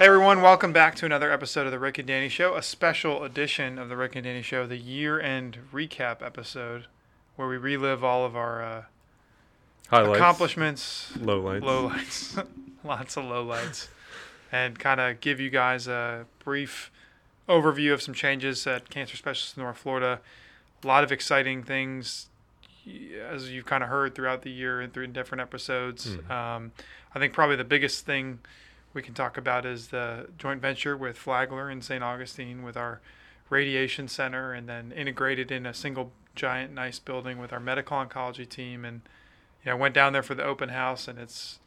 everyone. Welcome back to another episode of the Rick and Danny Show, a special edition of the Rick and Danny Show, the year-end recap episode, where we relive all of our uh, Highlights. accomplishments, Lowlights. lowlights, lots of lowlights, and kind of give you guys a brief overview of some changes at Cancer Specialists of North Florida. A lot of exciting things, as you've kind of heard throughout the year and through different episodes. Um, I think probably the biggest thing we can talk about is the joint venture with Flagler and St. Augustine with our radiation center, and then integrated in a single giant nice building with our medical oncology team and you know, I went down there for the open house, and it's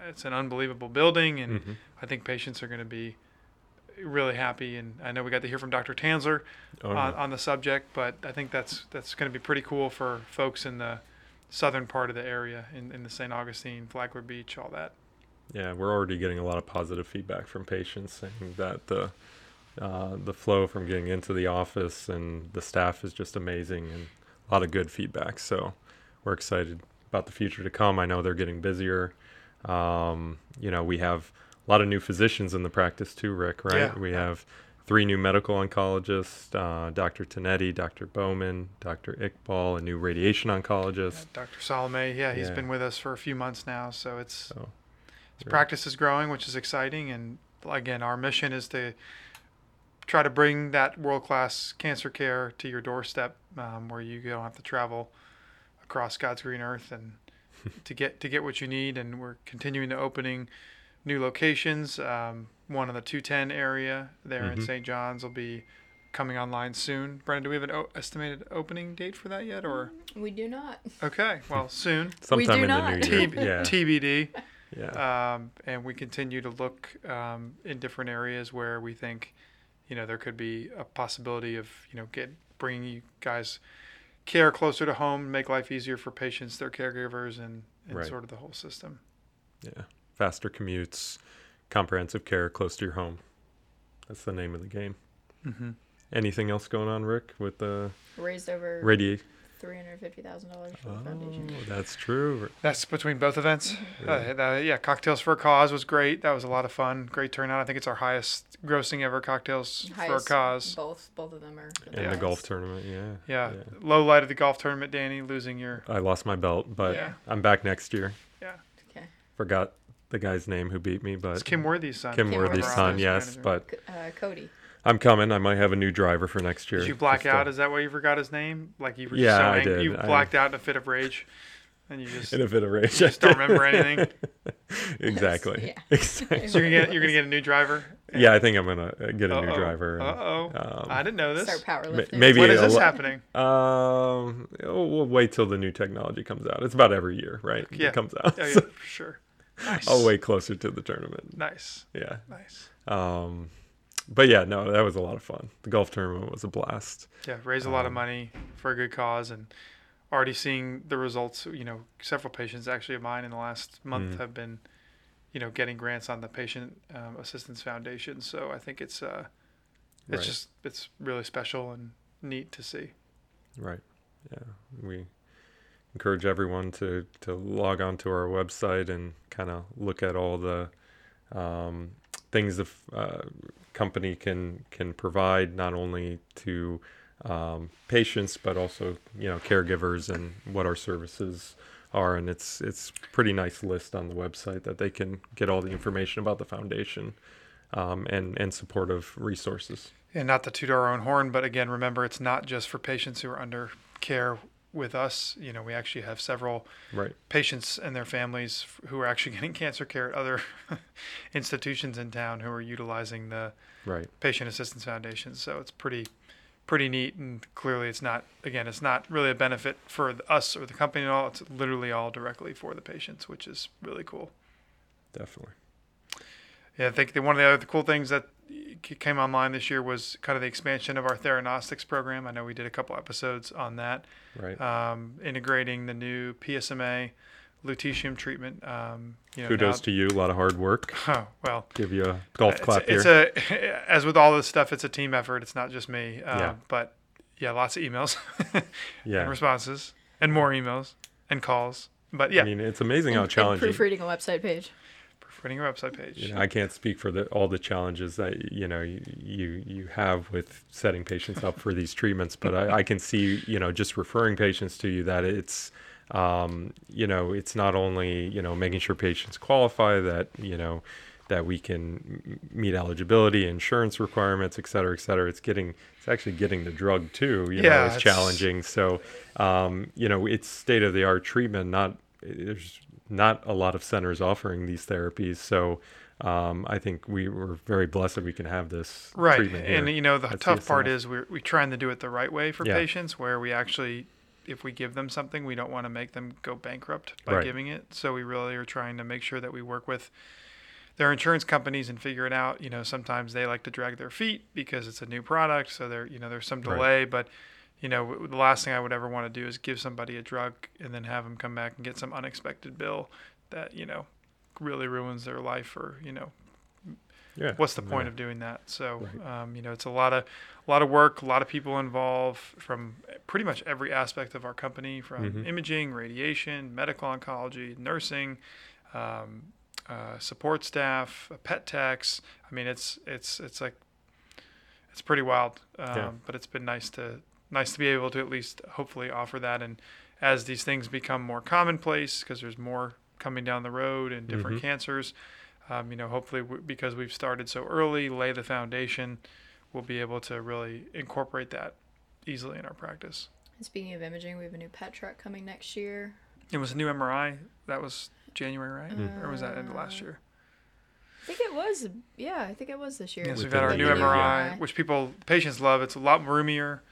it's an unbelievable building, and Mhm. I think patients are going to be really happy. And I know we got to hear from Dr. Tansler Oh, on, no. on the subject, but I think that's that's going to be pretty cool for folks in the southern part of the area, in, in the St. Augustine, Flagler Beach, all that. Yeah, we're already getting a lot of positive feedback from patients saying that the uh, the flow from getting into the office and the staff is just amazing and a lot of good feedback. So we're excited about the future to come. I know they're getting busier. Um, you know, we have a lot of new physicians in the practice too, Rick. Right? Yeah. We have three new medical oncologists: uh, Dr. Tanetti, Dr. Bowman, Dr. Iqbal, a new radiation oncologist. Dr. Salome, yeah, he's Yeah. been with us for a few months now, so it's So His practice is growing, which is exciting. And again, our mission is to try to bring that world class cancer care to your doorstep, um, where you don't have to travel across God's green earth and to get to get what you need. And we're continuing to opening new locations. Um, one in the 210 area there in Mhm. St. John's will be coming online soon. Brendan, do we have an o- estimated opening date for that yet? Or We do not. okay, well, soon. We sometime do in not. the new year. yeah. TBD. Yeah. um, and we continue to look um, in different areas where we think, you know, there could be a possibility of you know get bringing you guys care closer to home, make life easier for patients, their caregivers, and, and Right. sort of the whole system. Yeah. Faster commutes, comprehensive care close to your home. That's the name of the game. Mm-hmm. Anything else going on, Rick, with the Raised over radiate? three hundred fifty thousand dollars for Oh, the foundation. that's true. That's between both events. Uh, the- yeah, cocktails for a cause was great. That was a lot of fun. Great turnout. I think it's our highest grossing ever cocktails for a Highest- cause. Both both of them are. for And Yeah. the highest. golf tournament, yeah. Yeah. Low light of the golf tournament, Danny losing your I lost my belt, but Yeah. I'm back next year. yeah. Okay. Forgot the guy's name who beat me, but It's Kim Worthy's son. Kim Kim Worthy's Worthy's son, son. yes. But C- Uh, Cody. I'm coming. I might have a new driver for next year. Did you black Just, uh, out? Is that why you forgot his name? Like you were Yeah, so I angry. did. You I- blacked out in a fit of rage, and you just in a bit of rage. just don't remember anything. exactly. Yeah. Exactly. So you're gonna get you're gonna get a new driver. Yeah, I think I'm gonna uh, get a new Uh-oh. driver. and, Uh-oh. um, I didn't know Start this. powerlifting. maybe When is a this lo- happening? Um, oh, we'll wait till the new technology comes out. It's about every year, right? Yeah. It comes out. Oh, yeah, So for sure. Nice. I'll wait closer to the tournament. Nice. Yeah. Nice. Um, but yeah, no, that was a lot of fun. The golf tournament was a blast. Yeah, raise a lot Um, of money for a good cause, and already seeing the results. You know, several patients actually of mine in the last month Mm. have been, you know, getting grants on the Patient um, Assistance Foundation. So I think it's uh, it's Right. just it's really special and neat to see. Right. Yeah. We encourage everyone to to log on to our website and kind of look at all the um, things the f- uh, company can can provide not only to um, patients but also you know caregivers and what our services are and it's it's pretty nice list on the website that they can get all the information about the foundation um, and and supportive resources. And not to toot our own horn, but again, remember it's not just for patients who are under care with us. You know, we actually have several Right. patients and their families f- who are actually getting cancer care at other institutions in town who are utilizing the Right. Patient Assistance Foundation. So it's pretty, pretty neat. And clearly, it's not again, it's not really a benefit for the- us or the company at all. It's literally all directly for the patients, which is really cool. Definitely. Yeah, I think that one of the other cool things that c- came online this year was kind of the expansion of our theranostics program. I know we did a couple episodes on that, Right. um, integrating the new PSMA lutetium treatment. Um, you know, Kudos now- to you. A lot of hard work. Oh, well, Give you a golf it's, clap a- it's here. a as with all this stuff, it's a team effort. It's not just me. Uh, Yeah. But yeah, lots of emails and yeah. responses and more emails and calls. But yeah, I mean, it's amazing And- how and challenging. Proofreading a website page. creating a website page. you know, I can't speak for the, all the challenges that you know you you you have with setting patients up for these treatments, but I, I can see you know just referring patients to you that it's um, you know it's not only you know making sure patients qualify that you know that we can m- meet eligibility, insurance requirements, et cetera, et cetera. It's getting it's actually getting the drug too. You Yeah, know, it's it's- challenging. So um, you know it's state of the art treatment. Not there's not a lot of centers offering these therapies. So um, I think we were very blessed that we can have this right treatment here. and you know the at tough part CSF. is we're, we're trying to do it the right way for Yeah. patients where we actually if we give them something we don't want to make them go bankrupt by Right. giving it so we really are trying to make sure that we work with their insurance companies and figure it out you know sometimes they like to drag their feet because it's a new product so there you know there's some Right. delay but you know w- the last thing i would ever want to do is give somebody a drug and then have them come back and get some unexpected bill that you know really ruins their life or you know yeah. what's the point Yeah. of doing that? So, Right. um, you know, it's a lot of, a lot of work, a lot of people involved from pretty much every aspect of our company, from Mhm. imaging, radiation, medical oncology, nursing, um, uh, support staff, pet techs. I mean, it's it's it's like it's pretty wild, um, Yeah. but it's been nice to nice to be able to at least hopefully offer that. And as these things become more commonplace, because there's more coming down the road and different Mhm. cancers, um, you know, hopefully w- because we've started so early, lay the foundation, we'll be able to really incorporate that easily in our practice. And speaking of imaging, we have a new pet truck coming next year. It was a new MRI that was January, right? Or was that end of last Uh, year? I think it was. Yeah, I think it was this year. Yes, With we've the got our new new MRI. MRI, which people patients love. It's a lot roomier.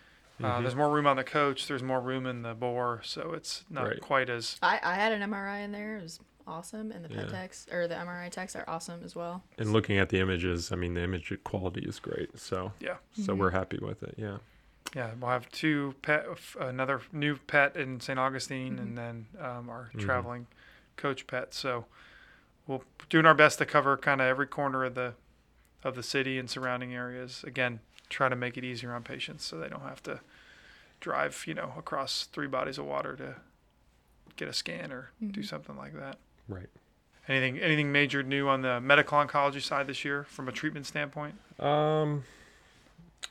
Uh, Mhm. there's more room on the coach. There's more room in the bore, so it's not Right. quite as I, I had an MRI in there. It was awesome, and the pet Yeah. techs or the MRI techs are awesome as well. and looking at the images, I mean, the image quality is great. So yeah. Mm-hmm. so we're happy with it. Yeah. Yeah, we'll have two pet, f- another new pet in St. Augustine, and then um, our Mhm. traveling coach pet. So we'll doing our best to cover kind of every corner of the of the city and surrounding areas. Again, try to make it easier on patients so they don't have to drive, you know, across three bodies of water to get a scan or do something like that. Right. Anything anything major new on the medical oncology side this year from a treatment standpoint? Um,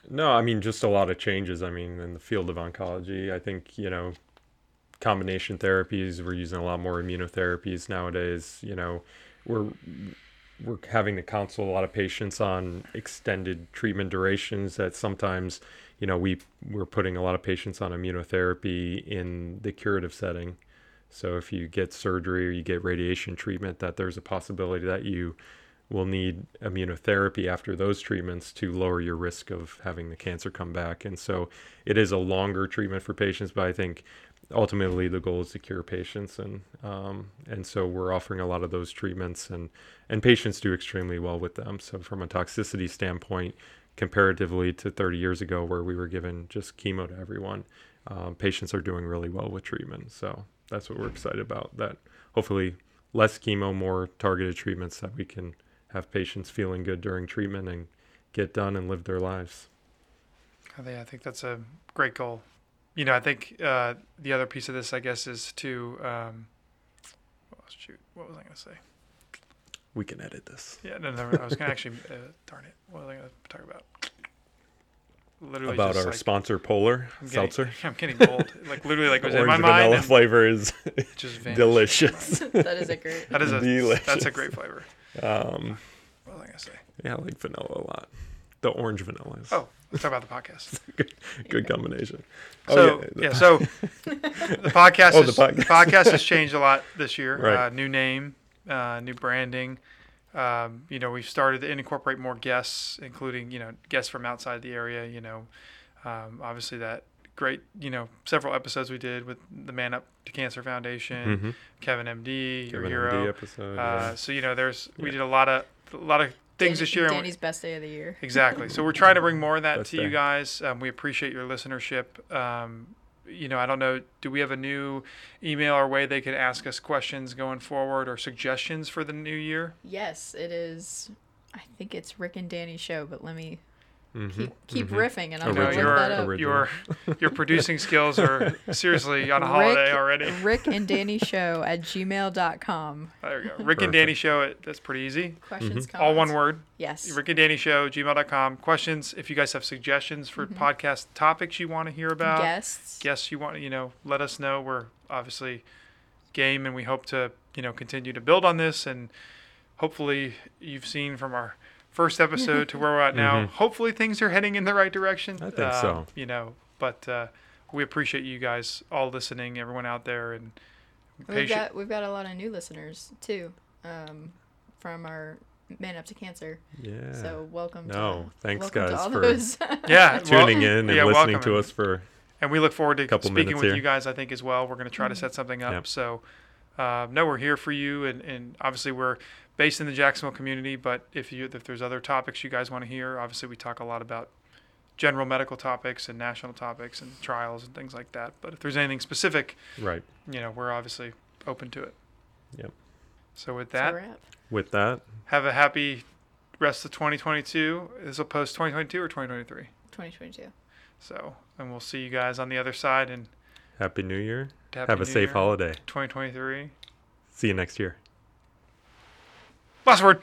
no, I mean just a lot of changes. I mean, in the field of oncology, I think you know, combination therapies. We're using a lot more immunotherapies nowadays. You know, we're we're having to counsel a lot of patients on extended treatment durations. That sometimes, you know, we we're putting a lot of patients on immunotherapy in the curative setting. So if you get surgery or you get radiation treatment, that there's a possibility that you will need immunotherapy after those treatments to lower your risk of having the cancer come back. And so it is a longer treatment for patients, but I think ultimately the goal is to cure patients. And um, and so we're offering a lot of those treatments, and and patients do extremely well with them. So from a toxicity standpoint, comparatively to 30 years ago, where we were given just chemo to everyone, um, patients are doing really well with treatment. So that's what we're excited about. That hopefully less chemo, more targeted treatments that we can have patients feeling good during treatment and get done and live their lives. I think, I think that's a great goal. You know, I think uh, the other piece of this, I guess, is to um, oh, shoot. What was I going to say? We can edit this. Yeah, no, no, I was going to actually. Uh, darn it! What was I going to talk about? Literally About just our like, sponsor Polar I'm getting- Seltzer. I'm getting bold. Like literally, like it was in my Orange mind. vanilla and flavor is it just vanished. delicious. that is a great. That is a that's a Delicious. great flavor. Um, What was I going to say? yeah, I like vanilla a lot. The orange vanilla is Oh, let's talk about the podcast. good combination. So oh, yeah, so the podcast Oh, has, the the podcast. podcast has changed a lot this year. Right. Uh, new name, uh, new branding. Um, you know, we've started to incorporate more guests, including you know guests from outside the area. You know, um, obviously that great. You know, several episodes we did with the Man Up to Cancer Foundation, Mhm. Kevin MD, your Give an MD hero. episode. yeah. Uh, so you know, there's we Yeah. did a lot of a lot of things Danny- this year. and we- Danny's best day of the year. Exactly. So we're trying to bring more of that That's to fair. you guys. Um, we appreciate your listenership. Um, you know, I don't know. Do we have a new email or way they could ask us questions going forward or suggestions for the new year? Yes, it is. I think it's Rick and Danny show, but let me Mm-hmm. Keep, keep mhm. riffing, and I'm No, gonna Original. look that up. your, your your producing skills are seriously on a holiday already. Rick and Danny Show at gmail.com. There we go. Rick and Danny show. It, that's pretty easy. Questions, Mm-hmm. comments? All one word. Yes. Rick and Danny show. Gmail.com. Questions. If you guys have suggestions for Mm-hmm. podcast topics you want to hear about, Guests. guests you want, you know, let us know. We're obviously game, and we hope to you know continue to build on this. And hopefully, you've seen from our first episode to where we're at now. Mhm. Hopefully, things are heading in the right direction. Um, I think so. You know, but uh, we appreciate you guys all listening, everyone out there, and We've patient. got we've got a lot of new listeners too, um, from our Man Up to Cancer. Yeah. So welcome. No, to, thanks, welcome to guys, all for- those. yeah, well- Tuning in and yeah, listening welcome. to us for And we look forward to Couple speaking minutes with here. you guys, I think, as well. We're going to try to set something up. Yep. So, uh, no, we're here for you. And, and obviously, we're based in the Jacksonville community. But if you if there's other topics you guys want to hear, obviously, we talk a lot about general medical topics and national topics and trials and things like that. But if there's anything specific, right you know, we're obviously open to it. Yep. So, with That's a that, wrap. with that. have a happy rest of 2022. This will post 2022 or 2023. 2022. So, and we'll see you guys on the other side and Happy New Year. happy Have a New safe Year. holiday. 2023. See you next year. Last word.